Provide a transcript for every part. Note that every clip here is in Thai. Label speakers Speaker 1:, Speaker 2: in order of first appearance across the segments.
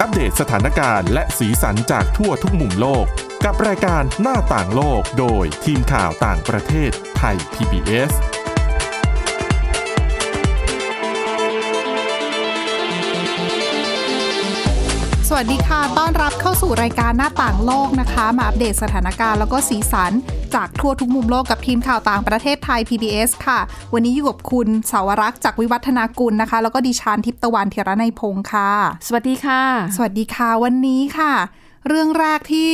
Speaker 1: อัปเดตสถานการณ์และสีสันจากทั่วทุกมุมโลก กับรายการหน้าต่างโลกโดยทีมข่าวต่างประเทศไทย PBS
Speaker 2: สวัสดีค่ะ ต้อนรับเข้าสู่รายการหน้าต่างโลกนะคะ มาอัปเดตสถานการณ์แล้วก็สีสัน จากทั่วทุกมุมโลกกับทีมข่าวต่างประเทศไทย PBS ค่ะ วันนี้อยู่กับคุณสาวรักษ์จากวิวัฒนากุลนะคะ แล้วก็ดิฉันทิพย์ตะวันเทระในยพงค์ค่ะ
Speaker 3: สวัสดีค่ะ
Speaker 2: สวัสดีค่ะวันนี้ค่ะ เรื่องแรกที่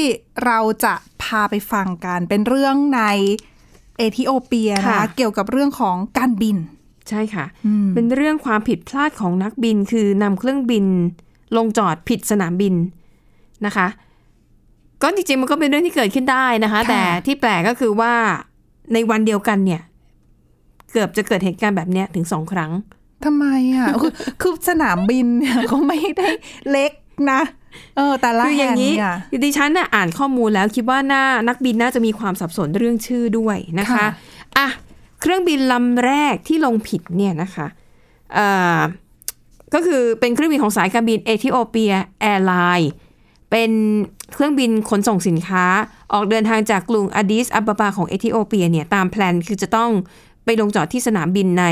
Speaker 2: เราจะพาไปฟังกัน เป็นเรื่องในเอธิโอเปียนะ
Speaker 3: ค่ะ
Speaker 2: คะเกี่ยวกับเรื่องของการบิน
Speaker 3: ใช่ค่ะ
Speaker 2: อืม
Speaker 3: เป็นเรื่องความผิดพลาดของนักบินคือนำเครื่องบิน ลงจอดผิดสนามบินนะคะ ก็จริงๆมันก็เป็นเรื่องที่เกิดขึ้นได้นะคะ
Speaker 2: ค่ะ
Speaker 3: แต่ที่แปลกก็คือว่าในวันเดียวกันเนี่ย เกือบจะเกิดเหตุการณ์แบบเนี้ยถึงสองครั้ง
Speaker 2: ทำไม อ่ะ คือคือสนามบินเนี่ยเขาไม่ได้เล็กนะ เออ แต่ละ
Speaker 3: คืออ
Speaker 2: แห่
Speaker 3: ย่าง งนี้
Speaker 2: เนี่ย
Speaker 3: ดิฉันน่ะอ่านข้อมูลแล้วคิดว่าน่านักบินน่าจะมีความสับสนเรื่องชื่อด้วยนะคะ
Speaker 2: ค่ะ
Speaker 3: อ่ะ เครื่องบินลำแรกที่ลงผิดเนี่ยนะคะเอ่อก็คือเป็นเครื่องบินของสายการบินเอธิโอเปียแอร์ไลน์เป็นเครื่องบินขนส่งสินค้า ออกเดินทางจากกรุงอาดิสอับบาบาของเอธิโอเปียเนี่ยตามแพลนคือจะต้องไปลงจอดที่สนามบินใน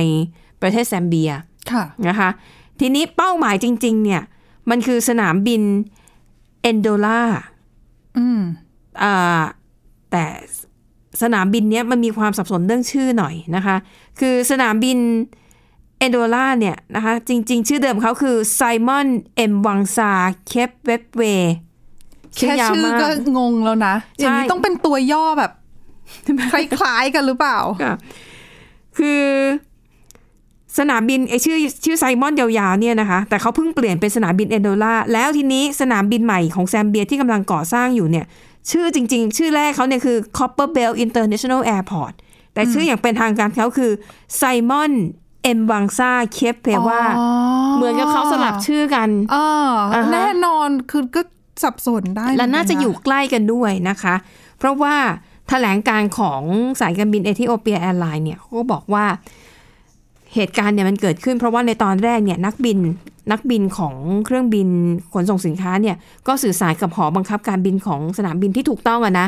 Speaker 3: ประเทศแซมเบีย
Speaker 2: ค่ะ
Speaker 3: นะคะทีนี้เป้าหมายจริงๆเนี่ยมันคือสนามบินเอนโดล่า
Speaker 2: อืม
Speaker 3: อ่าแต่สนามบินเนี้ยมันมีความสับสนเรื่องชื่อหน่อยนะคะคือสนามบินเอนโดล่าเนี่ยนะคะจริงๆ ชื่อเดิมเขาคือไซมอนเอ็มวังซาเคปเวบเว
Speaker 2: แค่
Speaker 3: ยาว
Speaker 2: ชื่อ
Speaker 3: มาก
Speaker 2: ก็งงแล้วนะ อย่างนี้
Speaker 3: ใช่
Speaker 2: ต้องเป็นตัวย่อแบบ คล้ายๆกันหรือเปล่า
Speaker 3: ค่ะคือสนามบินไอชื่อชื่อไซมอนยาวๆเนี่ยนะคะ แต่เขาเพิ่งเปลี่ยนเป็นสนามบินเอนโดล่าแล้วทีนี้สนามบินใหม่ของแซมเบียที่กำลังก่อสร้างอยู่เนี่ย ชื่อจริงๆ ชื่อแรกเขาเนี่ยคือ Copperbell International Airport แต่ชื่ออย่างเป็นทางการเขาคือไซมอนเอ็มวังซาเคปเพว่า
Speaker 2: อ๋อ
Speaker 3: เหมือนกับเขาสลับชื่อกัน
Speaker 2: เอออา
Speaker 3: ฮะ
Speaker 2: แน่นอนคือก็สับสนได้
Speaker 3: และน่าจะอยู่
Speaker 2: เหมื
Speaker 3: ใกล้กันด้วยนะคะ เพราะว่าแถลงการของสายการบินเอธิโอเปียแอร์ไลน์เนี่ยเขาก็บอกว่าเหตุการณ์เนี่ยมันเกิดขึ้น เพราะว่าในตอนแรกเนี่ยนักบินนักบินของเครื่องบินขนส่งสินค้าเนี่ยก็สื่อสารกับหอบังคับการบินของสนามบินที่ถูกต้องอะนะ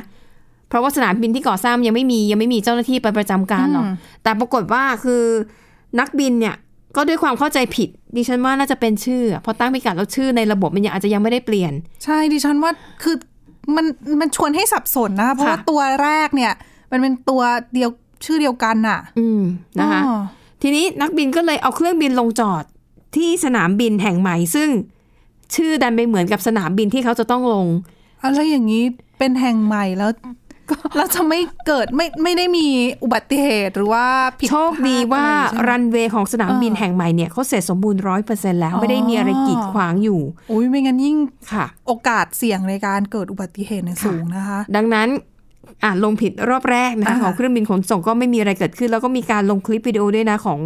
Speaker 3: เพราะว่าสนามบินที่ก่อสร้างยังไม่มียังไม่มีเจ้าหน้าที่ไปประ
Speaker 2: อ
Speaker 3: จำการหรอก
Speaker 2: ม
Speaker 3: แต่ปรากฏว่าคือนักบินเนี่ยก็ด้วยความเข้าใจผิด ดิฉันว่าน่าจะเป็นชื่ออะพอตั้งพิกัดแล้วชื่อในระบบมันยังอาจจะยังไม่ได้เปลี่ยน
Speaker 2: ใช่ดิฉันว่าคือมันมันชวนให้สับสนนะ เพราะว่าตัวแรกเนี่ย มันเป็นตัวเดียวชื่อเดียวกันน่ะ
Speaker 3: อืมนะคะ
Speaker 2: อ๋อ
Speaker 3: ทีนี้นักบินก็เลยเอาเครื่องบินลงจอดที่สนามบินแห่งใหม่ ซึ่งชื่อดันไปเหมือนกับสนามบินที่เขาจะต้องลง
Speaker 2: อะไรอย่างนี้เป็นแห่งใหม่ แล้วก็เราจะไม่เกิดไม่ไม่ได้มีอุบัติเหตุหรือว่าผิด
Speaker 3: โชคดีว่า
Speaker 2: พลดอะไรใช่ไหม
Speaker 3: รันเวย์ของสนามบิน
Speaker 2: เออ
Speaker 3: แห่งใหม่เนี่ยเขาเสร็จสมบูรณ์ร้อยเปอร์เซ็นแล้ว
Speaker 2: อ๋อ
Speaker 3: ไม่ได้มีอะไรกีดขวางอยู่
Speaker 2: อุ้ยไม่งั้นยิ่ง
Speaker 3: ค่ะ
Speaker 2: โอกาสเสี่ยงในการเกิดอุบัติเหตุเนี่ย
Speaker 3: ค่ะ
Speaker 2: สูงนะคะ
Speaker 3: ดังนั้นอ่าลงผิดรอบแรกนะคะ
Speaker 2: อ่า
Speaker 3: ของเครื่องบินขนส่งก็ไม่มีอะไรเกิดขึ้น แล้วก็มีการลงคลิปวิดีโอด้วยนะของ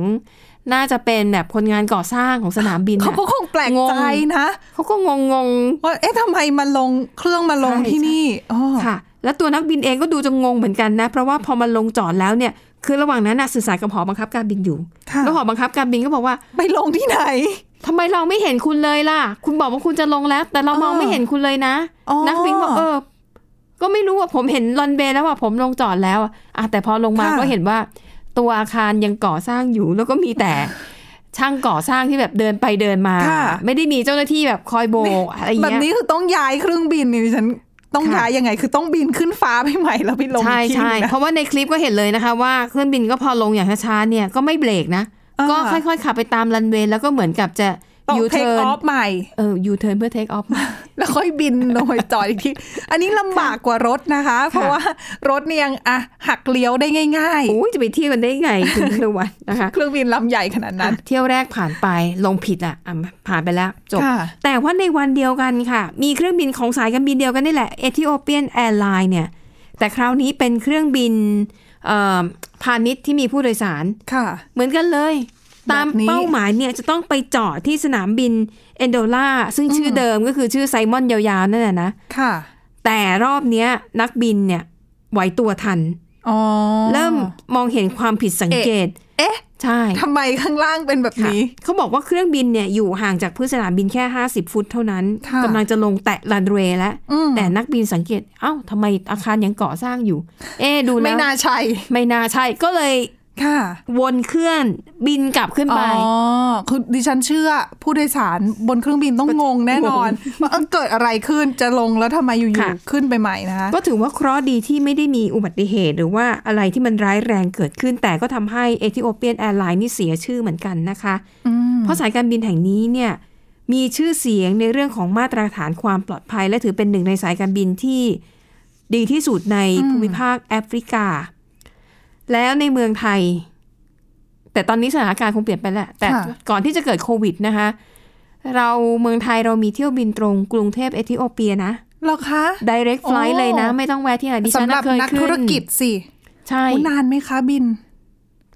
Speaker 3: น่าจะเป็นแบบคนงานก่อสร้างของสนามบิน
Speaker 2: เขา
Speaker 3: น่ะ
Speaker 2: ก็คงแปลก
Speaker 3: งง
Speaker 2: ใจนะ
Speaker 3: เขาก็งงงๆ
Speaker 2: ว่าเอ๊ะทำไมมาลงเครื่องมาลง
Speaker 3: ใช่
Speaker 2: ที่นี่อ๋อ
Speaker 3: ค่ะ แล้วตัวนักบินเองก็ดูจะงงเหมือนกันนะ เพราะว่าพอมันลงจอดแล้วเนี่ย คือระหว่างนั้นน่ะสื่อสารกับหอบังคับการบินอยู่
Speaker 2: ค่ะ
Speaker 3: แล้วหอบังคับการบินก็บอกว่า
Speaker 2: ไปลงที่ไหน
Speaker 3: ทำไมเราไม่เห็นคุณเลยล่ะ คุณบอกว่าคุณจะลงแล้ว แต่เรามอง
Speaker 2: เออ
Speaker 3: ไม่เห็นคุณเลยนะ
Speaker 2: อ๋อ
Speaker 3: นักบินบอกเออ ก็ไม่รู้ว่าผมเห็นลอนเบย์แล้วว่าผมลงจอดแล้วอะอ่ะแต่พอลงมา
Speaker 2: ค่ะ
Speaker 3: ก็เห็นว่า ตัวอาคารยังก่อสร้างอยู่ แล้วก็มีแต่ ช่างก่อสร้างที่แบบเดินไปเดินมา
Speaker 2: ค่ะ
Speaker 3: ไม่ได้มีเจ้าหน้าที่แบบคอยโบกอะไรอย่าง
Speaker 2: แบ
Speaker 3: เงี้ย
Speaker 2: บนี้คือต้องย้ายเครื่องบินนี่ดิฉันต้อง
Speaker 3: ค่ะ
Speaker 2: ย้ายยังไง คือต้องบินขึ้นฟ้าไปใหม่แล้วไปลง
Speaker 3: ใช่
Speaker 2: อีกที่
Speaker 3: ใช่
Speaker 2: หนึ่งนะ
Speaker 3: เพราะว่าในคลิปก็เห็นเลยนะคะ ว่าเครื่องบินก็พอลงอย่างช้าๆเนี่ยก็ไม่เบรกนะ
Speaker 2: อ่า
Speaker 3: ก็ค่อยๆขับไปตามรันเวย์แล้วก็เหมือนกับจะ
Speaker 2: ต้อง
Speaker 3: ยู
Speaker 2: เทค
Speaker 3: เทิร์
Speaker 2: อน อฟใหม่
Speaker 3: เออยูเทิร์นเพื่อเท คออฟ
Speaker 2: แล้วค่อยบินลงไปจอดอีกทีอันนี้ลำบากกว่ารถนะคะ เพราะว่ารถเนี่ยยังอะหักเลี้ยวได้ง่าย
Speaker 3: โอ้ยจะไปเที่ยวกันได้ไงคุณ นวัฒนนะคะ
Speaker 2: ๆ เครื่องบินลำใหญ่ขนาดนั้น
Speaker 3: อ่ะเที่ยวแรกผ่านไปลงผิดอ่ะอ่ะผ่านไปแล้วจบ
Speaker 2: ค่ะ
Speaker 3: แต่ว่าในวันเดียวกันค่ะ มีเครื่องบินของสายการบินเดียวกันนี่แหละเอธิโอเปียนแอร์ไลน์เนี่ยแต่คราวนี้เป็นเครื่องบินเอ่อพาณิชย์ที่มีผู้โดยสาร
Speaker 2: ค่ะ
Speaker 3: เหมือนกันเลย ตาม
Speaker 2: แบบนี้
Speaker 3: เป้าหมายเนี่ยจะต้องไปจอดที่สนามบินเอนโดล่าซึ่งชื่อเดิมก็คือชื่อไซมอนยาวๆนั่นแหละนะ
Speaker 2: ค่ะ
Speaker 3: แต่รอบเนี้ยนักบินเนี่ยไหวตัวทัน
Speaker 2: อ๋อ
Speaker 3: เริ่มมองเห็นความผิดสังเกต
Speaker 2: เอ๊ะ
Speaker 3: ใช่
Speaker 2: ทำไมข้างล่างเป็นแบบ
Speaker 3: ค่ะ
Speaker 2: นี้
Speaker 3: เขาบอกว่าเครื่องบินเนี่ยอยู่ห่างจากพื้นสนามบินแค่ 50 ฟุตเท่านั้น
Speaker 2: ค่ะ
Speaker 3: กำลังจะลงแตะรันเวย์แล้ว
Speaker 2: อืม
Speaker 3: แต่นักบินสังเกต เอ้าทำไมอาคารยังก่อสร้างอยู่ เอ๊ะดู
Speaker 2: ไม่
Speaker 3: แล้ว
Speaker 2: น่าใช่
Speaker 3: ไม่น่าใช่ก็เลย
Speaker 2: ค่ะ
Speaker 3: วนเครื่องบินกลับขึ้นไป
Speaker 2: อ๋อคือดิฉันเชื่อผู้โดยสารบนเครื่องบินต้องงงแน่นอนว่าเอ้าเกิดอะไรขึ้นจะลงแล้วทำไมอยู่
Speaker 3: ค่ะ
Speaker 2: ๆขึ้นไปใหม่นะคะ
Speaker 3: ก็ถือว่าเคราะห์ดีที่ไม่ได้มีอุบัติเหตุหรือว่าอะไรที่มันร้ายแรงเกิดขึ้น แต่ก็ทำให้เอธิโอเปียนแอร์ไลน์นี่เสียชื่อเหมือนกันนะคะ
Speaker 2: อืม
Speaker 3: เพราะสายการบินแห่งนี้เนี่ยมีชื่อเสียงในเรื่องของมาตรฐานความปลอดภัย และถือเป็นหนึ่งในสายการบินที่ดีที่สุดในภูมิภาคแอฟริกา แล้วในเมืองไทย แต่ตอนนี้สถานการณ์คงเปลี่ยนไปแหละแต่
Speaker 2: ค่ะ
Speaker 3: ก่อนที่จะเกิดโควิดนะคะ เราเมืองไทยเรามีเที่ยวบินตรงกรุงเทพเอธิโอเปียนะ
Speaker 2: เหรอคะ
Speaker 3: direct
Speaker 2: โอ้
Speaker 3: flight เลยนะ ไม่ต้องแวะที่ไหนดิฉั
Speaker 2: สำ
Speaker 3: น
Speaker 2: หรั
Speaker 3: น่ะ
Speaker 2: บ
Speaker 3: เคย
Speaker 2: นัก
Speaker 3: ขึ้น
Speaker 2: ธุรกิจสิ
Speaker 3: ใช่
Speaker 2: อุ๊ยนานไหมคะบิน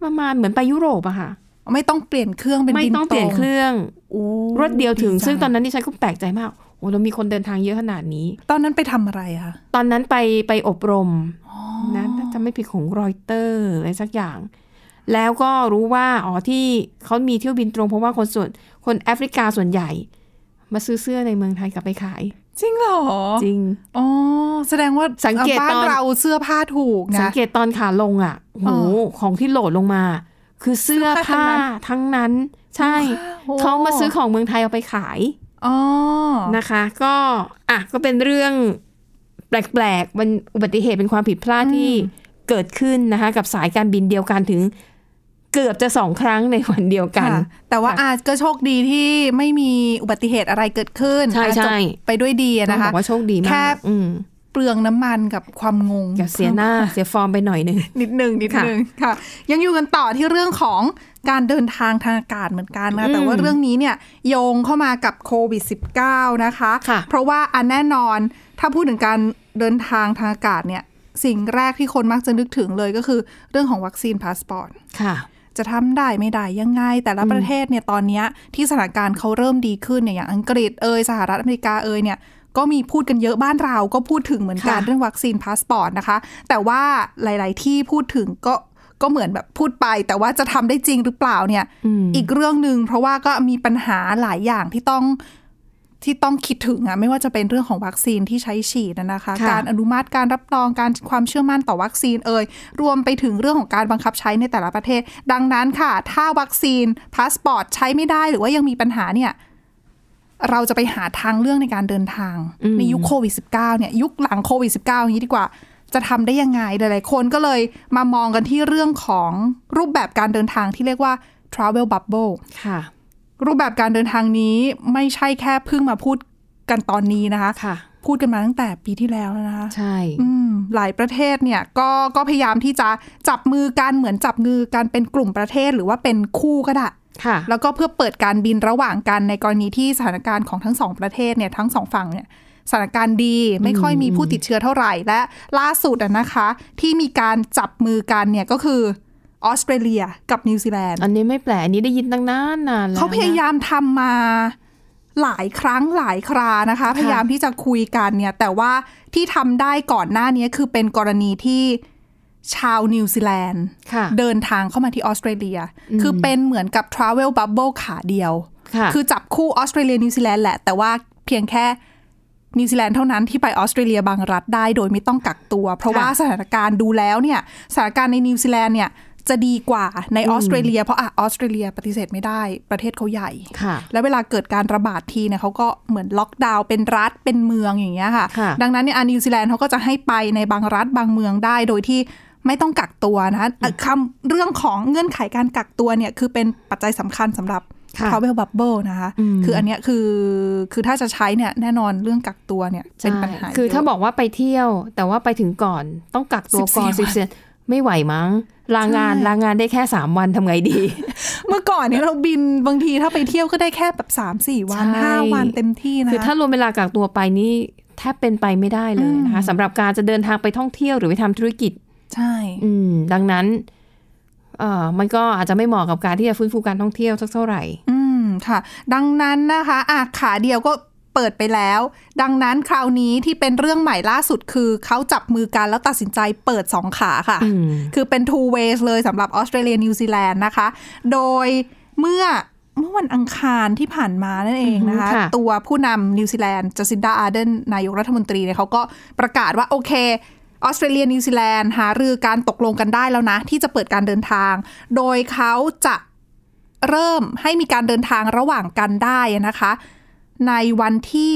Speaker 3: ประมาณเหมือนไปยุโรปอะค่ะ
Speaker 2: ไม่ต้องเปลี่ยนเครื่องเป็น
Speaker 3: ไม่
Speaker 2: บิน
Speaker 3: ต้องเปลี่ยนเครื่อง
Speaker 2: โอ้
Speaker 3: รถเดียวถึง
Speaker 2: จั
Speaker 3: ซึ่งตอนนั้นดิฉันก็แปลกใจมาก โอ้เรามีคนเดินทางเยอะขนาดนี้
Speaker 2: ตอนนั้นไปทำอะไรคะ
Speaker 3: ตอนนั้นไปไปอบรมนะถ้าจะไม่ผิดของรอยเตอร์อะไรสักอย่าง แล้วก็รู้ว่า อ๋อที่เขามีเที่ยวบินตรง เพราะว่าคนส่วนคนแอฟริกาส่วนใหญ่ มาซื้อเสื้อในเมืองไทยกลับไปขาย
Speaker 2: จริงเหรอ
Speaker 3: จริง
Speaker 2: อ๋อแสดงว่า
Speaker 3: สังเกต
Speaker 2: บ้าน
Speaker 3: ตอน
Speaker 2: เราเสื้อผ้าถูก
Speaker 3: สัง
Speaker 2: นะ
Speaker 3: เกตตอนขาลงอ่ะโอ้โห
Speaker 2: อ๋อ
Speaker 3: ของที่โหลดลงมา คือเสื้อ
Speaker 2: เสื้อผ้า
Speaker 3: ผ้าทั้งนั้น ใช่
Speaker 2: โอ้โห
Speaker 3: เขามาซื้อของเมืองไทยเอาไปขาย
Speaker 2: อ๋อ
Speaker 3: นะคะ ก็อ่ะก็เป็นเรื่องแปลกๆมันอุบัติเหตุเป็นความผิดพลาดที่เกิดขึ้นนะคะ กับสายการบินเดียวกันถึง เกือบจะสองครั้งในวันเดียวกัน
Speaker 2: ค่ะแต่ว่าอาจก็โชคดีที่ไม่มีอุบัติเหตุอะไรเกิดขึ้น
Speaker 3: ใช่
Speaker 2: อาจ
Speaker 3: ใช่
Speaker 2: จบไปด้วยดี
Speaker 3: ต้อ
Speaker 2: นะ
Speaker 3: งบ
Speaker 2: คะ
Speaker 3: อกว่าโชคดีมาก
Speaker 2: แค่
Speaker 3: อืม
Speaker 2: เปลืองน้ำมันกับความงง
Speaker 3: อย่าเสียหน้าเสียฟอร์มไปหน่อยหนึ่ง
Speaker 2: นิดหนึ่งนิด
Speaker 3: ค่ะ
Speaker 2: หนึ่งค่ะ ยังอยู่กันต่อที่เรื่องของการเดินทางทางอากาศเหมือนกันนะแต่ว่า
Speaker 3: อืม
Speaker 2: เรื่องนี้เนี่ยโยงเข้ามากับโควิด -19 นะคะ
Speaker 3: ค่ะ
Speaker 2: เพราะว่าอันแน่นอนถ้าพูดถึงการเดินทางทางอากาศเนี่ยสิ่งแรกที่คนมักจะนึกถึงเลยก็คือเรื่องของวัคซีนพาสปอร์ต
Speaker 3: ค่ะ
Speaker 2: จะทำได้ไม่ได้ยังไง แต่ละประเทศเนี่ยตอนเนี้ยที่สถานการณ์เขาเริ่มดีขึ้นเนี่ยอย่างอังกฤษเอยสหรัฐอเมริกาเอยเนี่ยก็มีพูดกันเยอะบ้านเราก็พูดถึงเหมือนกัน
Speaker 3: ค่ะ
Speaker 2: เรื่องวัคซีนพาสปอร์ตนะคะ แต่ว่าหลาย ๆ ที่พูดถึงก็ก็เหมือนแบบพูดไป แต่ว่าจะทำได้จริงหรือเปล่าเนี่ย
Speaker 3: อืม
Speaker 2: อีกเรื่องหนึ่งเพราะว่าก็มีปัญหาหลายอย่างที่ต้อง ที่ต้องคิดถึงอะไม่ว่าจะเป็นเรื่องของวัคซีนที่ใช้ฉีดนะนะคะ
Speaker 3: ค่ะ
Speaker 2: การอนุมัติการรับรองการความเชื่อมั่นต่อวัคซีนเอ่ยรวมไปถึงเรื่องของการบังคับใช้ในแต่ละประเทศ ดังนั้นค่ะ ถ้าวัคซีนพาสปอร์ตใช้ไม่ได้หรือว่ายังมีปัญหาเนี่ย เราจะไปหาทางเรื่องในการเดินทาง
Speaker 3: อืม
Speaker 2: ในยุคโควิด -19 เนี่ย ยุคหลังโควิด -19 อย่างนี้ดีกว่า จะทำได้ยังไงหลายๆคนก็เลยมามองกันที่เรื่องของรูปแบบการเดินทางที่เรียกว่า travel bubble
Speaker 3: ค่ะ
Speaker 2: รูปแบบการเดินทางนี้ไม่ใช่แค่เพิ่งมาพูดกันตอนนี้นะคะ
Speaker 3: ค่ะ
Speaker 2: พูดกันมาตั้งแต่ปีที่แล้วแล้วนะคะ
Speaker 3: ใช่
Speaker 2: อืมหลายประเทศเนี่ยก็ก็พยายามที่จะจับมือกันเหมือนจับมือกันเป็นกลุ่มประเทศหรือว่าเป็นคู่ก็ได้
Speaker 3: ค่ะ
Speaker 2: แล้วก็เพื่อเปิดการบินระหว่างกันในกรณีที่สถานการณ์ของทั้งสองประเทศเนี่ยทั้งสองฝั่งเนี่ยสถานการณ์ดีไม่ค่อยมีผู้ติดเชื้อเท่าไหร่ และล่าสุดอะนะคะ ที่มีการจับมือกันเนี่ยก็คือออสเตรเลียกับนิวซีแลนด์
Speaker 3: อันนี้ไม่แปลกอันนี้ได้ยินตั้งนานนานแล้วนะ
Speaker 2: เขาพยายามทำมาหลายครั้งหลายครานะคะ พยายามที่จะคุยกันเนี่ย แต่ว่าที่ทำได้ก่อนหน้านี้คือเป็นกรณีที่ชาวนิวซีแลนด์
Speaker 3: ค่ะ
Speaker 2: เดินทางเข้ามาที่ออสเตรเลีย คือเป็นเหมือนกับ Travel Bubble ขาเดียว
Speaker 3: ค่ะ
Speaker 2: คือจับคู่ออสเตรเลียนิวซีแลนด์แหละ แต่ว่าเพียงแค่นิวซีแลนด์เท่านั้นที่ไปออสเตรเลียบางรัฐได้โดยไม่ต้องกักตัว เพราะ
Speaker 3: ค่ะ
Speaker 2: ว่าสถานการณ์ดูแล้วเนี่ยสถานการณ์ในนิวซีแลนด์เนี่ยจะดีกว่าในออสเตรเลีย เพราะอะออสเตรเลียปฏิเสธไม่ได้ประเทศเขาใหญ่
Speaker 3: ค่ะ
Speaker 2: แล้วเวลาเกิดการระบาดทีเนี่ยเขาก็เหมือนล็อกดาวน์เป็นรัฐเป็นเมืองอย่างเงี้ยค่ะ
Speaker 3: ค่ะ
Speaker 2: ดังนั้นเนี่ยอ่ะนิวซีแลนด์เขาก็จะให้ไปในบางรัฐบางเมืองได้โดยที่ไม่ต้องกักตัวนะคะอ่ะคำเรื่องของเงื่อนไขการกักตัวเนี่ยคือเป็นปัจจัยสำคัญสำหรับ
Speaker 3: ค่ะ
Speaker 2: travel bubble นะคะ
Speaker 3: อืม
Speaker 2: คืออันเนี้ยคือคือถ้าจะใช้เนี่ยแน่นอนเรื่องกักตัวเนี่ยเป็นปัญหา
Speaker 3: ใช่คือถ้า
Speaker 2: เยะ
Speaker 3: บอกว่าไปเที่ยว แต่ว่าไปถึงก่อนต้องกักตัวก่อน
Speaker 2: 14
Speaker 3: สิบเซนไม่ไหวมั้ง ลางานลางานได้แค่สามวันทำไงดี
Speaker 2: เมื่อก่อนเนี่ยเราบินบางทีถ้าไปเที่ยวก็ได้แค่แบบ3ามสี่วัน
Speaker 3: ใช่
Speaker 2: ห้าวันเต็มที่นะ
Speaker 3: คือถ้ารวมเวลากักตัวไปนี่แทบเป็นไปไม่ได้เลยนะคะสำหรับการจะเดินทางไปท่องเที่ยวหรือไปทำธุรกิจ
Speaker 2: ใช่
Speaker 3: อืม ดังนั้นเอ่อมันก็อาจจะไม่เหมาะกับการที่จะฟื้นฟูการท่องเที่ยวสักเท่าไหร่
Speaker 2: อืมค่ะ ดังนั้นนะคะอ่ะขาเดียวก็ เปิดไปแล้ว ดังนั้นคราวนี้ที่เป็นเรื่องใหม่ล่าสุดคือเขาจับมือกันแล้วตัดสินใจเปิดสองขาค่ะ
Speaker 3: อืม
Speaker 2: คือเป็น two ways เลยสำหรับออสเตรเลียนิวซีแลนด์นะคะ โดยเมื่อเมื่อวันอังคารที่ผ่านมานั่นเองนะคะ
Speaker 3: อือฮึค่ะ
Speaker 2: ตัวผู้นำนิวซีแลนด์จัสินดาอาร์เดนนายกรัฐมนตรีเนี่ยเขาก็ประกาศว่า โอเคออสเตรเลียนิวซีแลนด์หารือการตกลงกันได้แล้วนะ ที่จะเปิดการเดินทาง โดยเขาจะเริ่มให้มีการเดินทางระหว่างกันได้นะคะ ในวันที่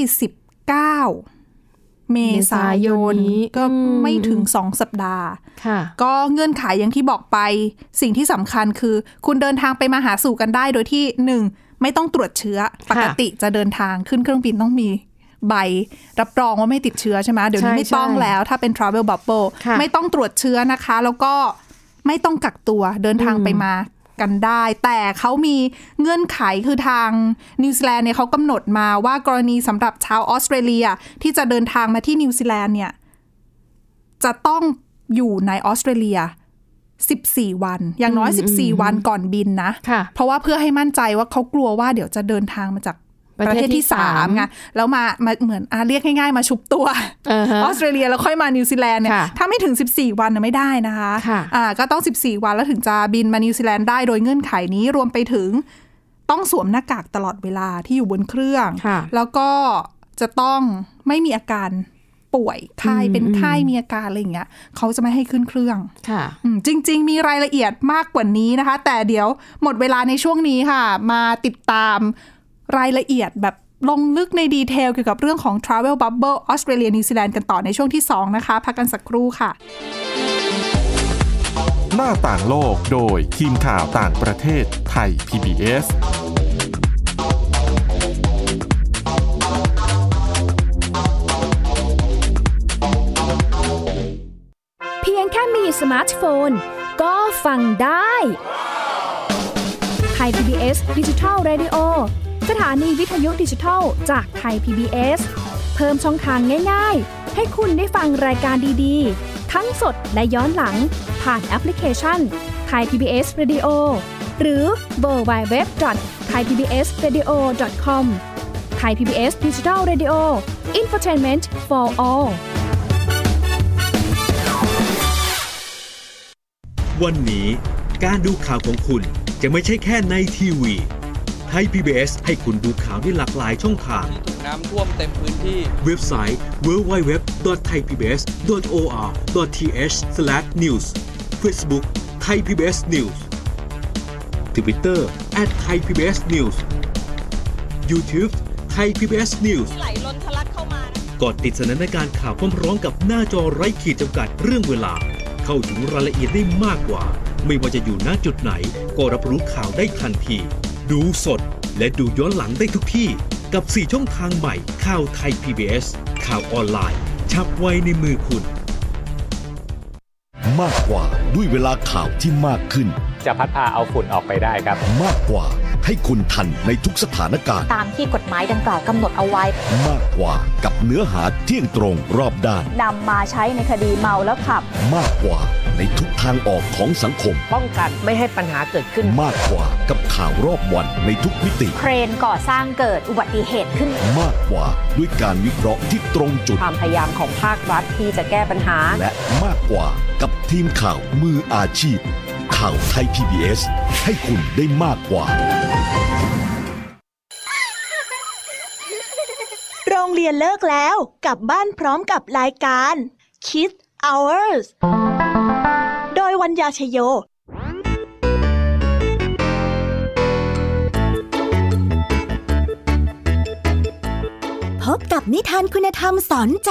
Speaker 2: 19 เมษายน
Speaker 3: เมษายนนี้
Speaker 2: ก็
Speaker 3: อืม
Speaker 2: ไม่ถึง 2 สัปดาห์
Speaker 3: ค่ะ
Speaker 2: ก็เงื่อนไขอย่างที่บอกไป สิ่งที่สำคัญคือ คุณเดินทางไปมาหาสู่กันได้โดยที่หนึ่งไม่ต้องตรวจเชื้อ ปกติจะเดินทางขึ้นเครื่องบินต้องมีใบ รับรองว่าไม่ติดเชื้อใช่ไหมเดี๋ยวนี้
Speaker 3: ใช่
Speaker 2: ไม่ต้องแล้ว ถ้าเป็น Travel Bubble
Speaker 3: ค่ะ
Speaker 2: ไม่ต้องตรวจเชื้อนะคะ แล้วก็ไม่ต้องกักตัวเดินทางไปมากันได้ แต่เขามีเงื่อนไขคือทางนิวซีแลนด์เนี่ยเขากำหนดมาว่ากรณีสำหรับชาวออสเตรเลียที่จะเดินทางมาที่นิวซีแลนด์เนี่ย จะต้องอยู่ในออสเตรเลีย 14 วัน อย่างน้อย 14 วันก่อนบินนะ
Speaker 3: ค่ะ
Speaker 2: เพราะว่าเพื่อให้มั่นใจว่าเขากลัวว่าเดี๋ยวจะเดินทางมาจาก
Speaker 3: ประเท
Speaker 2: ป
Speaker 3: ศ
Speaker 2: ระเทศที่
Speaker 3: ที่สาม
Speaker 2: 3ไง แล้วมามาเหมือนอาเรียกง่ายๆมาชุบตัว
Speaker 3: เออฮะ
Speaker 2: ออสเตรเลียแล้วค่อยมานิวซีแลนด์เนี่ย
Speaker 3: ค่ะ
Speaker 2: ถ้าไม่ถึง 14 วันน่ะไม่ได้นะคะ
Speaker 3: ค่ะ
Speaker 2: อ่าก็ต้อง 14 วันแล้วถึงจะบินมานิวซีแลนด์ได้โดยเงื่อนไขนี้รวมไปถึงต้องสวมหน้ากากตลอดเวลาที่อยู่บนเครื่อง
Speaker 3: ค่ะ
Speaker 2: แล้วก็จะต้องไม่มีอาการป่วยไข้
Speaker 3: อืม
Speaker 2: เป็นไข้
Speaker 3: อืม
Speaker 2: มีอาการอะไรอย่างเงี้ยเขาจะไม่ให้ขึ้นเครื่อง
Speaker 3: ค่ะ
Speaker 2: อืมจริง ๆ มีรายละเอียดมากกว่านี้นะคะ แต่เดี๋ยวหมดเวลาในช่วงนี้ค่ะ มาติดตามรายละเอียดแบบลงลึกในดีเทลเกี่ยวกับเรื่องของ Travel Bubble ออสเตรเลียนิวซีแลนด์กันต่อในช่วงที่ 2 นะคะ พักกันสักครู่ค่ะ
Speaker 1: หน้าต่างโลกโดยทีมข่าวต่างประเทศไทย PBS
Speaker 4: เพียงแค่มีสมาร์ทโฟน ก็ฟังได้ไทย PBS ดิจิทัล Radio สถานีวิทยุดิจิทัลจากไทย PBS เพิ่มช่องทางง่ายๆ ให้คุณได้ฟังรายการดีๆ ทั้งสดและย้อนหลัง ผ่านแอปพลิเคชันไทย PBS Radio หรือเวอร์บายเว็บไทยพีบีเอสเรดิโอคอมไทยพีบีเอสดิจิทัลเรดิโออินฟอร์ทนเมนต์ for all
Speaker 5: วันนี้การดูข่าวของคุณจะไม่ใช่แค่ในทีวีไทย PBS ให้คุณดูข่าวได้หลากหลายช่องทาง
Speaker 6: ที่ถูกน้ำท่วมเต็มพื้นที่
Speaker 5: เว็บไซต์ www.thaipbs.or.th/news Facebook Thai PBS News Twitter @thaipbsnews YouTube Thai PBS News
Speaker 7: ไหลล้นทะลักเข้ามา
Speaker 5: กดติดสนันในการข่าวพร้อมร้องกับหน้าจอไร้ขีดจำกัดเรื่องเวลา เข้าถึงรายละเอียดได้มากกว่า ไม่ว่าจะอยู่ณจุดไหน ก็รับรู้ข่าวได้ทันที ดูสดและดูย้อนหลังได้ทุกที่ กับ 4 ช่องทางใหม่ข่าวไทย PBS ข่าวออนไลน์ ชับไว้ในมือคุณ
Speaker 8: มากกว่าด้วยเวลาข่าวที่มากขึ้น
Speaker 9: จะพัดพาเอาฝุ่นออกไปได้ครับ
Speaker 8: มากกว่าให้คุณทันในทุกสถานการณ์
Speaker 7: ตามที่กฎหมายดังกล่าวกำหนดเอาไว้
Speaker 8: มากกว่ากับเนื้อหาเที่ยงตรงรอบด้าน
Speaker 7: นำมาใช้ในคดีเมาแล้วขับ
Speaker 8: มากกว่าในทุกทางออกของสังคม
Speaker 10: ป้องกันไม่ให้ปัญหาเกิดขึ้น
Speaker 8: มากกว่ากับข่าวรอบวันในทุกมิติ
Speaker 7: เครนก่อสร้างเกิดอุบัติเหตุขึ้น
Speaker 8: มากกว่าด้วยการวิเคราะห์ที่ตรงจุด
Speaker 10: ความพยายามของภาครัฐที่จะแก้ปัญหา
Speaker 8: และมากกว่ากับทีมข่าวมืออาชีพ ข่าวไทย PBS ให้คุณได้มากกว่า
Speaker 11: โรงเรียนเลิกแล้วกลับบ้านพร้อมกับรายการ Kids Hours โดยวัญญาชยโย
Speaker 12: พบกับนิทานคุณธรรมสอนใจ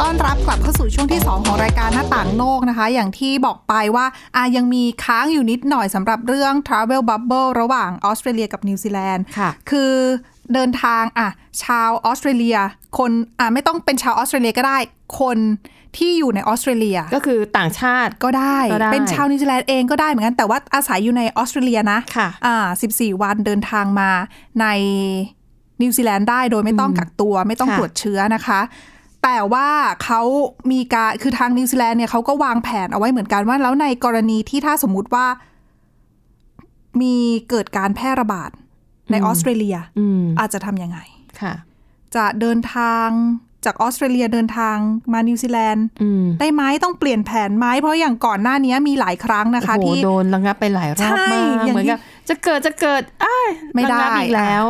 Speaker 2: ต้อนรับกลับเข้าสู่ช่วงที่ 2 ของรายการหน้าต่างโลกนะคะ อย่างที่บอกไปว่าอายังมีค้างอยู่นิดหน่อยสำหรับเรื่อง Travel Bubble ระหว่างออสเตรเลียกับนิวซีแลนด์
Speaker 3: ค่ะ
Speaker 2: คือเดินทางอ่ะชาวออสเตรเลีย คนอ่ะไม่ต้องเป็นชาวออสเตรเลียก็ได้ คนที่อยู่ในออสเตรเลีย
Speaker 3: ก็คือต่างชาติ
Speaker 2: ก็ได้
Speaker 3: ก็ได้
Speaker 2: เป็นชาวนิวซีแลนด์เองก็ได้เหมือนกัน แต่ว่าอาศัยอยู่ในออสเตรเลียนะ
Speaker 3: ค่ะ
Speaker 2: อ่า14 วันเดินทางมาในนิวซีแลนด์ได้โดยไม่ต้องกักตัว ไม่ต้อง
Speaker 3: ค่ะ
Speaker 2: ตรวจเชื้อนะคะ แต่ว่าเขามีการคือทางนิวซีแลนด์เนี่ยเขาก็วางแผนเอาไว้เหมือนกันว่า แล้วในกรณีที่ถ้าสมมุติว่า มีเกิดการแพร่ระบาดในออสเตรเลีย
Speaker 3: อืม
Speaker 2: อาจจะทำยังไง
Speaker 3: ค่ะ
Speaker 2: จะเดินทางจากออสเตรเลียเดินทางมานิวซีแลนด์
Speaker 3: อืม
Speaker 2: ได้ไหมต้องเปลี่ยนแผนไหมเพราะอย่างก่อนหน้านี้มีหลายครั้งนะคะ
Speaker 3: โอ้โห
Speaker 2: ที่
Speaker 3: โดนระงับไปหลายรอบ
Speaker 2: ใช่
Speaker 3: มาก
Speaker 2: อย่างที่
Speaker 3: เหมือนกับจะเกิดจะเกิดอ้าย
Speaker 2: ไม่ได้
Speaker 3: ระงับอีกแล้ว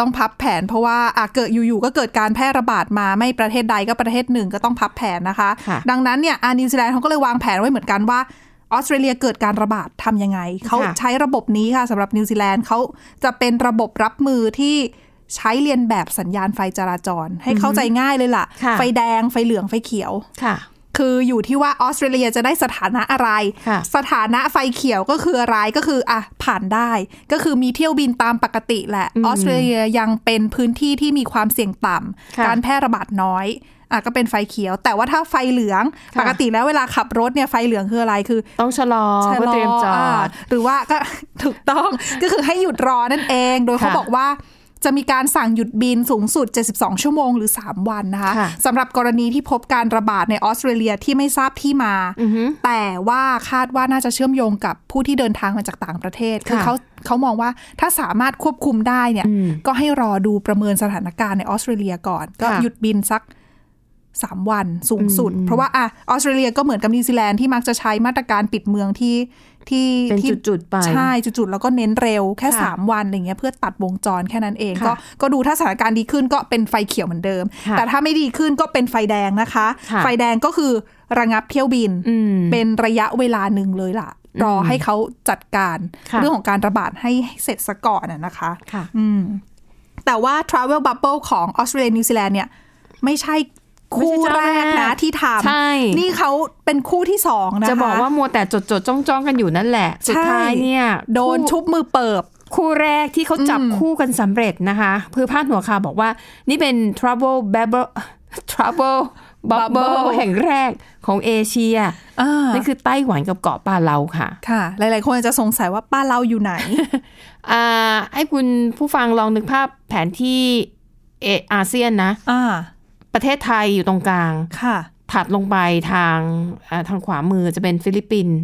Speaker 2: ต้องพับแผนเพราะว่าอาเกิดอยู่ๆก็เกิดการแพร่ระบาดมาไม่ประเทศใดก็ประเทศหนึ่งก็ต้องพับแผนนะคะ
Speaker 3: ค่ะ
Speaker 2: ดังนั้นเนี่ยอานิวซีแลนด์เขาก็เลยวางแผนไว้เหมือนกันว่าออสเตรเลียเกิดการระบาดทำยังไง เขาใช้ระบบนี้ค่ะสำหรับนิวซีแลนด์เขาจะเป็นระบบรับมือที่ใช้เรียนแบบสัญญาณไฟจราจร ให้เข้าใจง่ายเลยล่ะ
Speaker 3: ค่ะ
Speaker 2: ไฟแดงไฟเหลืองไฟเขียว
Speaker 3: ค่ะ
Speaker 2: คืออยู่ที่ว่าออสเตรเลียจะได้สถานะอะไร
Speaker 3: ค่ะ
Speaker 2: สถานะไฟเขียวก็คืออะไรก็คืออ่ะผ่านได้ ก็คือมีเที่ยวบินตามปกติแหละ ออสเตรเลียยังเป็นพื้นที่ที่มีความเสี่ยงต่ำ
Speaker 3: ค่ะ
Speaker 2: การแพร่ระบาดน้อยอ่ะก็เป็นไฟเขียว แต่ว่าถ้าไฟเหลือง
Speaker 3: ค่ะ
Speaker 2: ปกติแล้วเวลาขับรถเนี่ยไฟเหลืองคืออะไรคือ
Speaker 3: ต้องชะลอ
Speaker 2: ชะล
Speaker 3: เพื่อเตรียมจอ
Speaker 2: อ่า
Speaker 3: ด
Speaker 2: หรือว่าก็ ถูกต้อง ก็คือให้หยุดรอนั่นเอง โดยเขา
Speaker 3: ค่ะ
Speaker 2: บอกว่าจะมีการสั่งหยุดบินสูงสุด 72 ชั่วโมงหรือ 3 วันนะคะ
Speaker 3: ค่ะ
Speaker 2: สำหรับกรณีที่พบการระบาดในออสเตรเลียที่ไม่ทราบที่มา
Speaker 3: อือหือ
Speaker 2: แต่ว่าคาดว่าน่าจะเชื่อมโยงกับผู้ที่เดินทางมาจากต่างประเทศ คือ
Speaker 3: ค่ะ
Speaker 2: เขาเขามองว่าถ้าสามารถควบคุมได้เนี่ย
Speaker 3: อืม
Speaker 2: ก็ให้รอดูประเมินสถานการณ์ในออสเตรเลียก่อน ก็
Speaker 3: ค่ะ
Speaker 2: หยุดบินสักสามวันสูงสุด เพราะว่าอะออสเตรเลียก็เหมือนกับนิวซีแลนด์ที่มักจะใช้มาตรการปิดเมืองที่ที่
Speaker 3: เป็น
Speaker 2: ที่
Speaker 3: จุดๆไป
Speaker 2: ใช่จุดๆ แล้วก็เน้นเร็วแค่
Speaker 3: ค่ะ
Speaker 2: 3 วันอะไรเงี้ยเพื่อตัดวงจรแค่นั้นเอง
Speaker 3: ค่ะ
Speaker 2: ก็ก็ดูถ้าสถานการณ์ดีขึ้นก็เป็นไฟเขียวเหมือนเดิม
Speaker 3: ค่ะ
Speaker 2: แต่ถ้าไม่ดีขึ้นก็เป็นไฟแดงนะคะ
Speaker 3: ค่ะ
Speaker 2: ไฟแดงก็คือระงับเที่ยวบิน
Speaker 3: อืม
Speaker 2: เป็นระยะเวลาหนึ่งเลยล่ะ รอให้เขาจัดการ
Speaker 3: ค่ะ
Speaker 2: เรื่องของการระบาดให้เสร็จซะก่อนน่ะนะคะ
Speaker 3: ค่ะ
Speaker 2: อืม แต่ว่า Travel Bubble ของออสเตรเลียนิวซีแลนด์เนี่ย ไม่ใช่คู่
Speaker 3: ไม่ใช่เจ้า
Speaker 2: แร
Speaker 3: แร
Speaker 2: ก
Speaker 3: ก
Speaker 2: นะที่ท
Speaker 3: ใช่
Speaker 2: ำนี่เขาเป็นคู่ที่สองนะคะ
Speaker 3: จะบอกว่ามัวแต่จดจดจ้องจ้องๆกันอยู่นั่นแหละ สุด
Speaker 2: ใช่
Speaker 3: ท้ายเนี่ย
Speaker 2: โดนชุบมือเปิบ
Speaker 3: คู่แรกที่เขาจับคู่กันสำเร็จนะคะคือพาดหัวข่าวบอกว่า นี่เป็น trouble bubble trouble bubble
Speaker 2: Bubble
Speaker 3: แห่งแรกของเอเชีย
Speaker 2: อ่าน
Speaker 3: นั่นคือไต้หวันกับเกาะปาเลาค่ะ
Speaker 2: ค่ะ หลาย ๆ คนอาจจะสงสัยว่าป้าเราอยู่ไหน
Speaker 3: อ่าให้คุณผู้ฟังลองนึกภาพแผนที่เออาเซียนนะ
Speaker 2: อ่า
Speaker 3: ประเทศไทยอยู่ตรงกลาง
Speaker 2: ค่ะ
Speaker 3: ถัดลงไปทางอ่าทางขวามือจะเป็นฟิลิปปินส์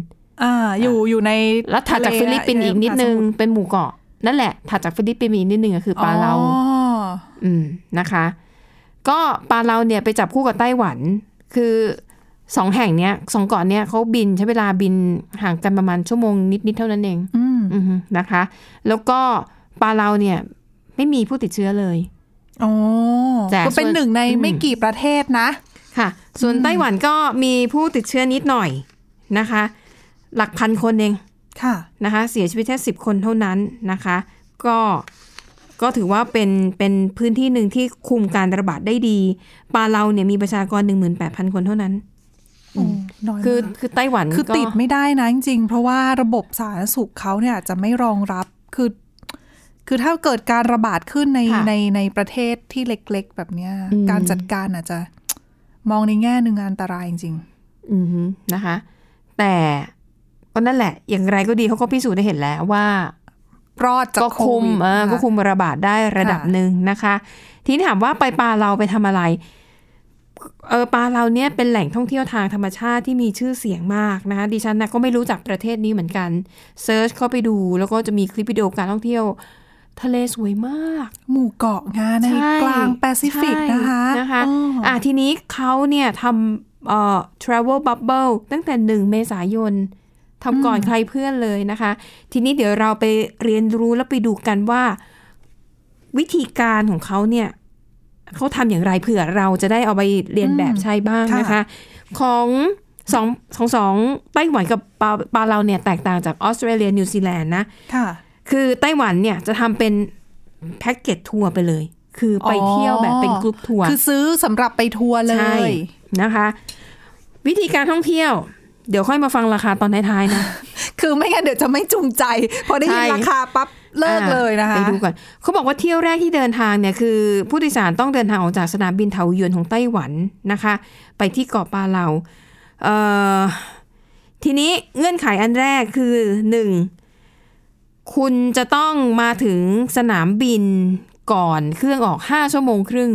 Speaker 2: อ่า อยู่อยู่ใน
Speaker 3: แล้วถัดจาก
Speaker 2: ทะเ
Speaker 3: ฟิลิปปินส์อีกนิดนึงเป็นหมู่เกาะ นั่นแหละ ถัดจากฟิลิปปินส์อีกนิดนึงก็คือปาเลา
Speaker 2: อ๋อ
Speaker 3: อืมนะคะ ก็ปาเราเนี่ยไปจับคู่กับไต้หวัน คือสองแห่งเนี้ยสองเกาะเนี้ยเขาบินใช้เวลาบินห่างกันประมาณชั่วโมงนิดๆเท่านั้นเอง
Speaker 2: อืม
Speaker 3: อือฮึนะคะ แล้วก็ปาเราเนี่ยไม่มีผู้ติดเชื้อเลย
Speaker 2: อ๋อ
Speaker 3: แต่
Speaker 2: ก็เป็น
Speaker 3: ส่วน
Speaker 2: หนึ่งใน
Speaker 3: อืม
Speaker 2: ไม่กี่ประเทศนะ
Speaker 3: ค่ะ ส่วนไต้หวันก็มีผู้ติดเชื้อนิดหน่อยนะคะ หลักพันคนเอง
Speaker 2: ค่ะ
Speaker 3: นะคะ เสียชีวิตแค่สิบคนเท่านั้นนะคะ ก็ก็ถือว่าเป็นเป็นพื้นที่หนึ่งที่คุมการระบาดได้ดี ปาเราเนี่ยมีประชากร 18,000 คนเท่านั้น
Speaker 2: โอ้น้อยมาก
Speaker 3: คือคือไต้หวัน
Speaker 2: คือ
Speaker 3: ก็
Speaker 2: ติดไม่ได้นะจริงๆ เพราะว่าระบบสาธารณสุขเขาเนี่ยอาจจะไม่รองรับคือ คือถ้าเกิดการระบาดขึ้นใน
Speaker 3: ค่ะ
Speaker 2: ในในประเทศที่เล็ก ๆ แบบเนี้ย
Speaker 3: อืม
Speaker 2: การจัดการอาจจะมองในแง่หนึ่งอันตรายจริง
Speaker 3: อือฮึนะคะ แต่ก็นั่นแหละ อย่างไรก็ดีเขาก็พิสูจน์ได้เห็นแล้วว่า
Speaker 2: ๆ รอดจาก
Speaker 3: ก็
Speaker 2: โค
Speaker 3: คุม
Speaker 2: วิด
Speaker 3: เออ
Speaker 2: นะะ
Speaker 3: ก็คุมระบาดได้ระดับ
Speaker 2: ค่ะ
Speaker 3: หนึ่งนะคะ ทีนี้ถามว่าไปปาเราไปทำอะไรเออปาเราเนี่ยเป็นแหล่งท่องเที่ยวทางธรรมชาติที่มีชื่อเสียงมากนะคะดิฉันนะก็ไม่รู้จักประเทศนี้เหมือนกันเซิร์ชเข้าไปดูแล้วก็จะมีคลิปวิดีโอการท่องเที่ยว ทะเลสวยมาก
Speaker 2: หมู่เกาะงานใน
Speaker 3: ใช่
Speaker 2: กลางแปซิฟิกนะคะ
Speaker 3: ใช่นะคะ
Speaker 2: อ๋ออ
Speaker 3: อ่ะทีนี้เขาเนี่ยทำเอ่อ travel bubble ตั้งแต่ 1 เมษายนทำก่อนใครเพื่อนเลยนะคะ ทีนี้เดี๋ยวเราไปเรียนรู้แล้วไปดูกันว่า วิธีการของเขาเนี่ยเขาทำอย่างไรเผื่อเราจะได้เอาไปเรียนแบบใช้บ้างนะคะ ของ สองสองสองไต้หวันกับปาปาเราวเนี่ยแตกต่างจากออสเตรเลียนิวซีแลนด์นะ
Speaker 2: ค่ะ
Speaker 3: คือไต้หวันเนี่ยจะทำเป็นแพ็กเกจทัวร์ไปเลย คือไปเที่ยวแบบเป็นกรุ๊ปทัวร์
Speaker 2: คือซื้อสำหรับไปทัวร์เล
Speaker 3: ใช่
Speaker 2: ย
Speaker 3: นะคะ วิธีการท่องเที่ยว เดี๋ยวค่อยมาฟังราคาตอนท้ายๆนะ
Speaker 2: คือไม่งั้นเดี๋ยวจะไม่จูงใจ พอได้ยิน
Speaker 3: ใช่
Speaker 2: ราคาปั๊บเลิก
Speaker 3: อ่า
Speaker 2: เลยนะคะ
Speaker 3: ไปดูก่อนเขาบอกว่าเที่ยวแรกที่เดินทางเนี่ยคือ ผู้โดยสารต้องเดินทางออกจากสนามบินเถาหยวนของไต้หวันนะคะ ไปที่เกาะปาเลาเอ่อทีนี้เงื่อนไขอันแรกคือหนึ่งคุณจะต้องมาถึงสนามบินก่อนเครื่องออก 5 ชั่วโมงครึ่ง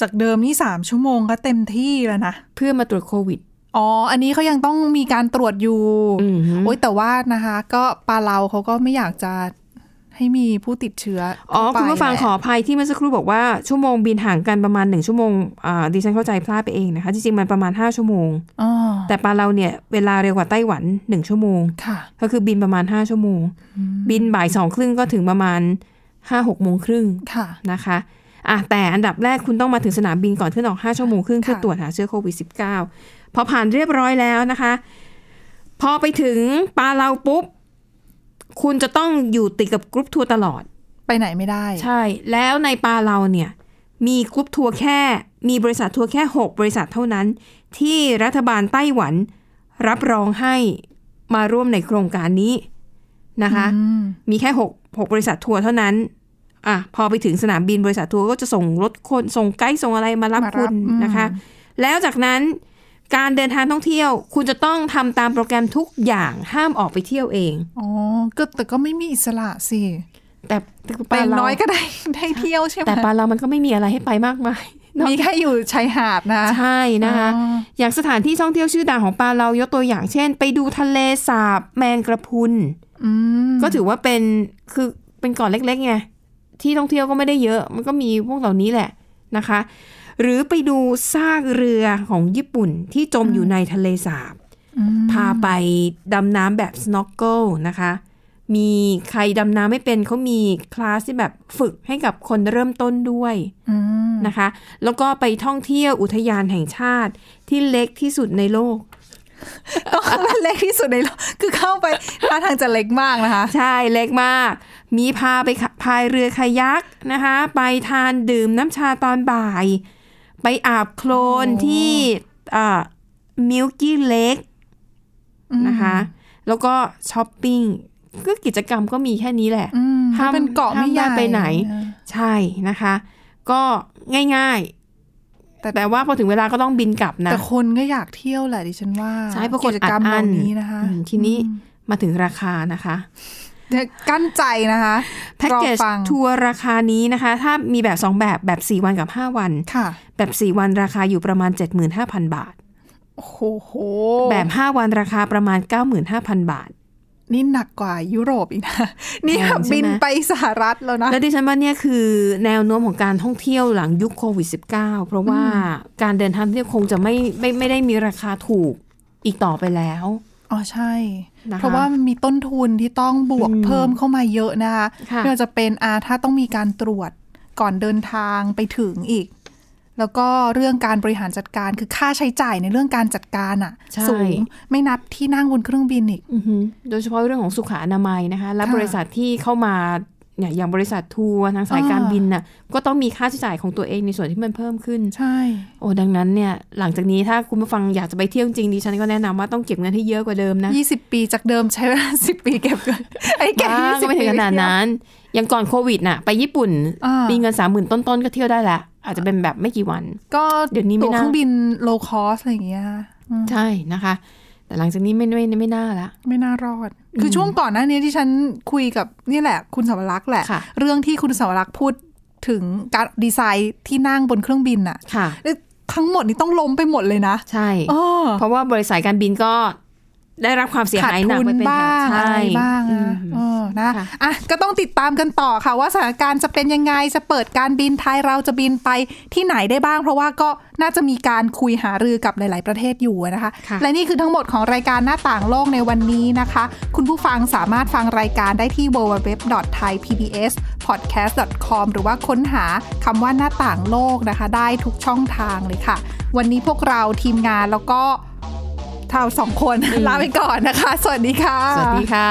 Speaker 2: จากเดิมนี่ 3 ชั่วโมงก็เต็มที่แล้วนะ
Speaker 3: เพื่อมาตรวจโควิด
Speaker 2: อ๋อ อันนี้เขายังต้องมีการตรวจอยู่ โอ้ยแต่ว่านะคะ ก็ปาเราเขาก็ไม่อยากจะให้มีผู้ติดเชื้อ
Speaker 3: อ๋อ
Speaker 2: ทั่วไป
Speaker 3: คุณผู้ฟัง
Speaker 2: แหละ
Speaker 3: ขออภัยที่เมื่อสักครู่บอกว่าชั่วโมงบินห่างกันประมาณ 1 ชั่วโมงอ่าดิฉันเข้าใจพลาดไปเองนะคะ จริงๆ มันประมาณ 5 ชั่วโมง
Speaker 2: อ๋อ
Speaker 3: แต่ปาเราเนี่ย เวลาเร็วกว่าไต้หวัน 1 ชั่วโมง
Speaker 2: ค่ะ
Speaker 3: ก็คือบินประมาณ 5 ชั่วโมง บินบ่ายสองครึ่งก็ถึงประมาณ 5 6โมงครึ่ง
Speaker 2: ค่ะ
Speaker 3: นะคะอ่ะแต่อันดับแรกคุณต้องมาถึงสนามบินก่อนขึ้นออก 5 ชั่วโมงครึ่งเพื่อตรวจหาเชื้อโควิด -19 พอผ่านเรียบร้อยแล้วนะคะ พอไปถึงปาเราปุ๊บ คุณจะต้องอยู่ติดกับกรุ๊ปทัวร์ตลอด
Speaker 2: ไปไหนไม่ได้
Speaker 3: ใช่ แล้วในปาเราเนี่ย มีกรุ๊ปทัวร์แค่ มีบริษัททัวร์แค่ 6 บริษัทเท่านั้น ที่รัฐบาลไต้หวันรับรองให้มาร่วมในโครงการนี้นะคะ
Speaker 2: อืม
Speaker 3: มีแค่6 6บริษัททัวร์เท่านั้นอ่ะพอไปถึงสนามบินบริษัททัวร์ก็จะส่งรถคนส่งไกด์ส่งอะไรมารับ
Speaker 2: มารับ
Speaker 3: คุณ
Speaker 2: อืม
Speaker 3: นะคะ แล้วจากนั้นการเดินทางท่องเที่ยว คุณจะต้องทำตามโปรแกรมทุกอย่างห้ามออกไปเที่ยวเอง
Speaker 2: อ๋อ ก็แต่ก็ไม่มีอิสระสิ
Speaker 3: แต่
Speaker 2: ไป
Speaker 3: ปาเรา
Speaker 2: น้อยก็ได้ ได้เที่ยวใช่ไหม
Speaker 3: แต่ปาเรามันก็ไม่มีอะไรให้ไปมากมาย
Speaker 2: มีแค่อยู่ชายหาดนะ
Speaker 3: ใช่นะคะ
Speaker 2: อ๋อ
Speaker 3: อ
Speaker 2: อ
Speaker 3: ย่างสถานที่ท่องเที่ยวชื่อดังของปาเรายกตัวอย่างเช่น ไปดูทะเลสาบแมงกระพรุน
Speaker 2: อืม
Speaker 3: ก็ถือว่าเป็นคือเป็นเก่อนเล็กๆไงที่ท่องเที่ยวก็ไม่ได้เยอะมันก็มีพวกเหล่านี้แหละนะคะ หรือไปดูซากเรือของญี่ปุ่นที่จมอยู่ในทะเลสาบ
Speaker 2: อืม
Speaker 3: พาไปดำน้ำแบบ snorkel นะคะ มีใครดำน้ำไม่เป็นเขามีคลาสที่แบบฝึกให้กับคนเริ่มต้นด้วย
Speaker 2: อืม
Speaker 3: นะคะ แล้วก็ไปท่องเที่ยวอุทยานแห่งชาติที่เล็กที่สุดในโลก
Speaker 2: ต้องเป็นเล็กที่สุดในโลกคือเข้าไปท่าทางจะเล็กมากนะคะ
Speaker 3: ใช่เล็กมาก มีพาไปขะพายเรือคายักนะคะ ไปทานดื่มน้ำชาตอนบ่าย ไปอาบโคลน
Speaker 2: โอ้
Speaker 3: ที่มิลกี้เล็กนะคะ แล้วก็ช้อปปิ้งก็กิจกรรมก็มีแค่นี้แหละ
Speaker 2: อืม
Speaker 3: ห้าม
Speaker 2: เป็นเกาะไม่
Speaker 3: ห้า
Speaker 2: ใหญ่
Speaker 3: มได้ไปไหน ใช่นะคะ ก็ง่ายๆ แต่แต่ว่าพอถึงเวลาก็ต้องบินกลับนะ
Speaker 2: แต่คนก็อยากเที่ยวแหละดิฉันว่า
Speaker 3: ใช่ปรากฏ
Speaker 2: กิจกรรม
Speaker 3: อั
Speaker 2: เห
Speaker 3: ดอั้
Speaker 2: ล่าน นี้นะคะ
Speaker 3: อืมทีนี้ มาถึงราคานะคะ
Speaker 2: เดี๋ยวกั้นใจนะคะ
Speaker 3: แพ็ก
Speaker 2: รอ
Speaker 3: เกจ
Speaker 2: ฟัง
Speaker 3: ทัวร์ราคานี้นะคะ ถ้ามีแบบ 2 แบบแบบ 4 วันกับ 5 วัน
Speaker 2: ค่ะ
Speaker 3: แบบ 4 วันราคาอยู่ประมาณ 75,000 บาท
Speaker 2: โอ้โห
Speaker 3: แบบ 5 วันราคาประมาณ 95,000 บาท
Speaker 2: นี่หนักกว่ายุโรปอีกนะนี่แบบ
Speaker 3: แพงใช่ไหม
Speaker 2: บินไปสหรัฐแล้วนะ
Speaker 3: และดิฉันว่าเนี่ยคือแนวโน้มของการท่องเที่ยวหลังยุคโควิด -19 เพราะว่าการเดินทางเนี่ยคงจะไม่ไม่ไม่ได้มีราคาถูกอีกต่อไปแล้ว
Speaker 2: อ๋อใช่
Speaker 3: นะคะ
Speaker 2: เพราะว่ามันมีต้นทุนที่ต้องบวก
Speaker 3: อืม
Speaker 2: เพิ่มเข้ามาเยอะนะคะ
Speaker 3: ค่ะ
Speaker 2: ไม่ว่าจะเป็นอาถ้าต้องมีการตรวจก่อนเดินทางไปถึงอีก แล้วก็เรื่องการบริหารจัดการคือค่าใช้จ่ายในเรื่องการจัดการอะสูงไม่นับที่นั่งบนเครื่องบินอีก
Speaker 3: อือฮึโดยเฉพาะเรื่องของสุขอนามัยนะคะ และ
Speaker 2: ค่ะ
Speaker 3: บริษัทที่เข้ามาเนี่ยอย่างบริษัททัวร์ทางสาย
Speaker 2: อ่า
Speaker 3: การบินน่ะก็ต้องมีค่าใช้จ่ายของตัวเองในส่วนที่มันเพิ่มขึ้น
Speaker 2: ใช่
Speaker 3: โอ้ดังนั้นเนี่ยหลังจากนี้ถ้าคุณผู้ฟังอยากจะไปเที่ยวจริงดิฉันก็แนะนำว่าต้องเก็บเงินให้เยอะกว่าเดิมนะ
Speaker 2: ยี่สิบปีจากเดิมใช้เวลา สิบปีเก็บ เงินไอ้เก็บ
Speaker 3: บ้า
Speaker 2: ยี่
Speaker 3: ง
Speaker 2: สิ
Speaker 3: ก็
Speaker 2: บ
Speaker 3: ไม่
Speaker 2: ปี
Speaker 3: ถึงขนาดนั้นอย่างก่อนโควิดน่ะไปญี่ปุ่น
Speaker 2: อ่ามี
Speaker 3: มีเงินสามหมื่นต้นๆก็เที่ยวได้ละอาจจะเป็นแบบไม่กี่วัน
Speaker 2: ก็
Speaker 3: เดี๋ยวนี้ไม่
Speaker 2: ตั๋ว
Speaker 3: น่า
Speaker 2: เครื่องบินโลคอสอะไรอย่างเงี้ยอืม
Speaker 3: ใช่นะคะ แต่หลังจากนี้ไม่ไม่ไม่น่าละ
Speaker 2: ไม่น่ารอด คือช่วงก่อนหน้านี้ที่ฉันคุยกับนี่แหละ คุณสาวรักษ์แหละ
Speaker 3: ค่ะ
Speaker 2: เรื่องที่คุณสาวรักษ์พูดถึงการดีไซน์ที่นั่งบนเครื่องบินน่ะ
Speaker 3: ค่ะ
Speaker 2: แล้วทั้งหมดนี้ต้องล้มไปหมดเลยนะ
Speaker 3: ใช่
Speaker 2: เออ
Speaker 3: เพราะว่าบริษัทการบินก็ได้รับความเสียหายหนัก
Speaker 2: ขาดทุน
Speaker 3: ไปเป็นแถ
Speaker 2: บ้าว งอะ
Speaker 3: ใช่
Speaker 2: ไรบ้าง
Speaker 3: อื
Speaker 2: นะ
Speaker 3: ม
Speaker 2: เออนะ
Speaker 3: ค่ะ
Speaker 2: อ่ะก็ต้องติดตามกันต่อค่ะ ว่าสถานการณ์จะเป็นยังไงจะเปิดการบินไทยเราจะบินไปที่ไหนได้บ้าง เพราะว่าก็น่าจะมีการคุยหารือกับหลาย ๆ ประเทศอยู่นะคะ และนี่คือทั้งหมดของรายการหน้าต่างโลกในวันนี้นะคะ คุณผู้ฟังสามารถฟังรายการได้ที่ www.thaipbspodcast.com หรือว่าค้นหาคำว่าหน้าต่างโลกนะคะ ได้ทุกช่องทางเลยค่ะ วันนี้พวกเราทีมงานแล้วก็ เท่าสองคน ลาไปก่อนนะคะ สวัสดีค่ะ
Speaker 3: สวัสดีค่ะ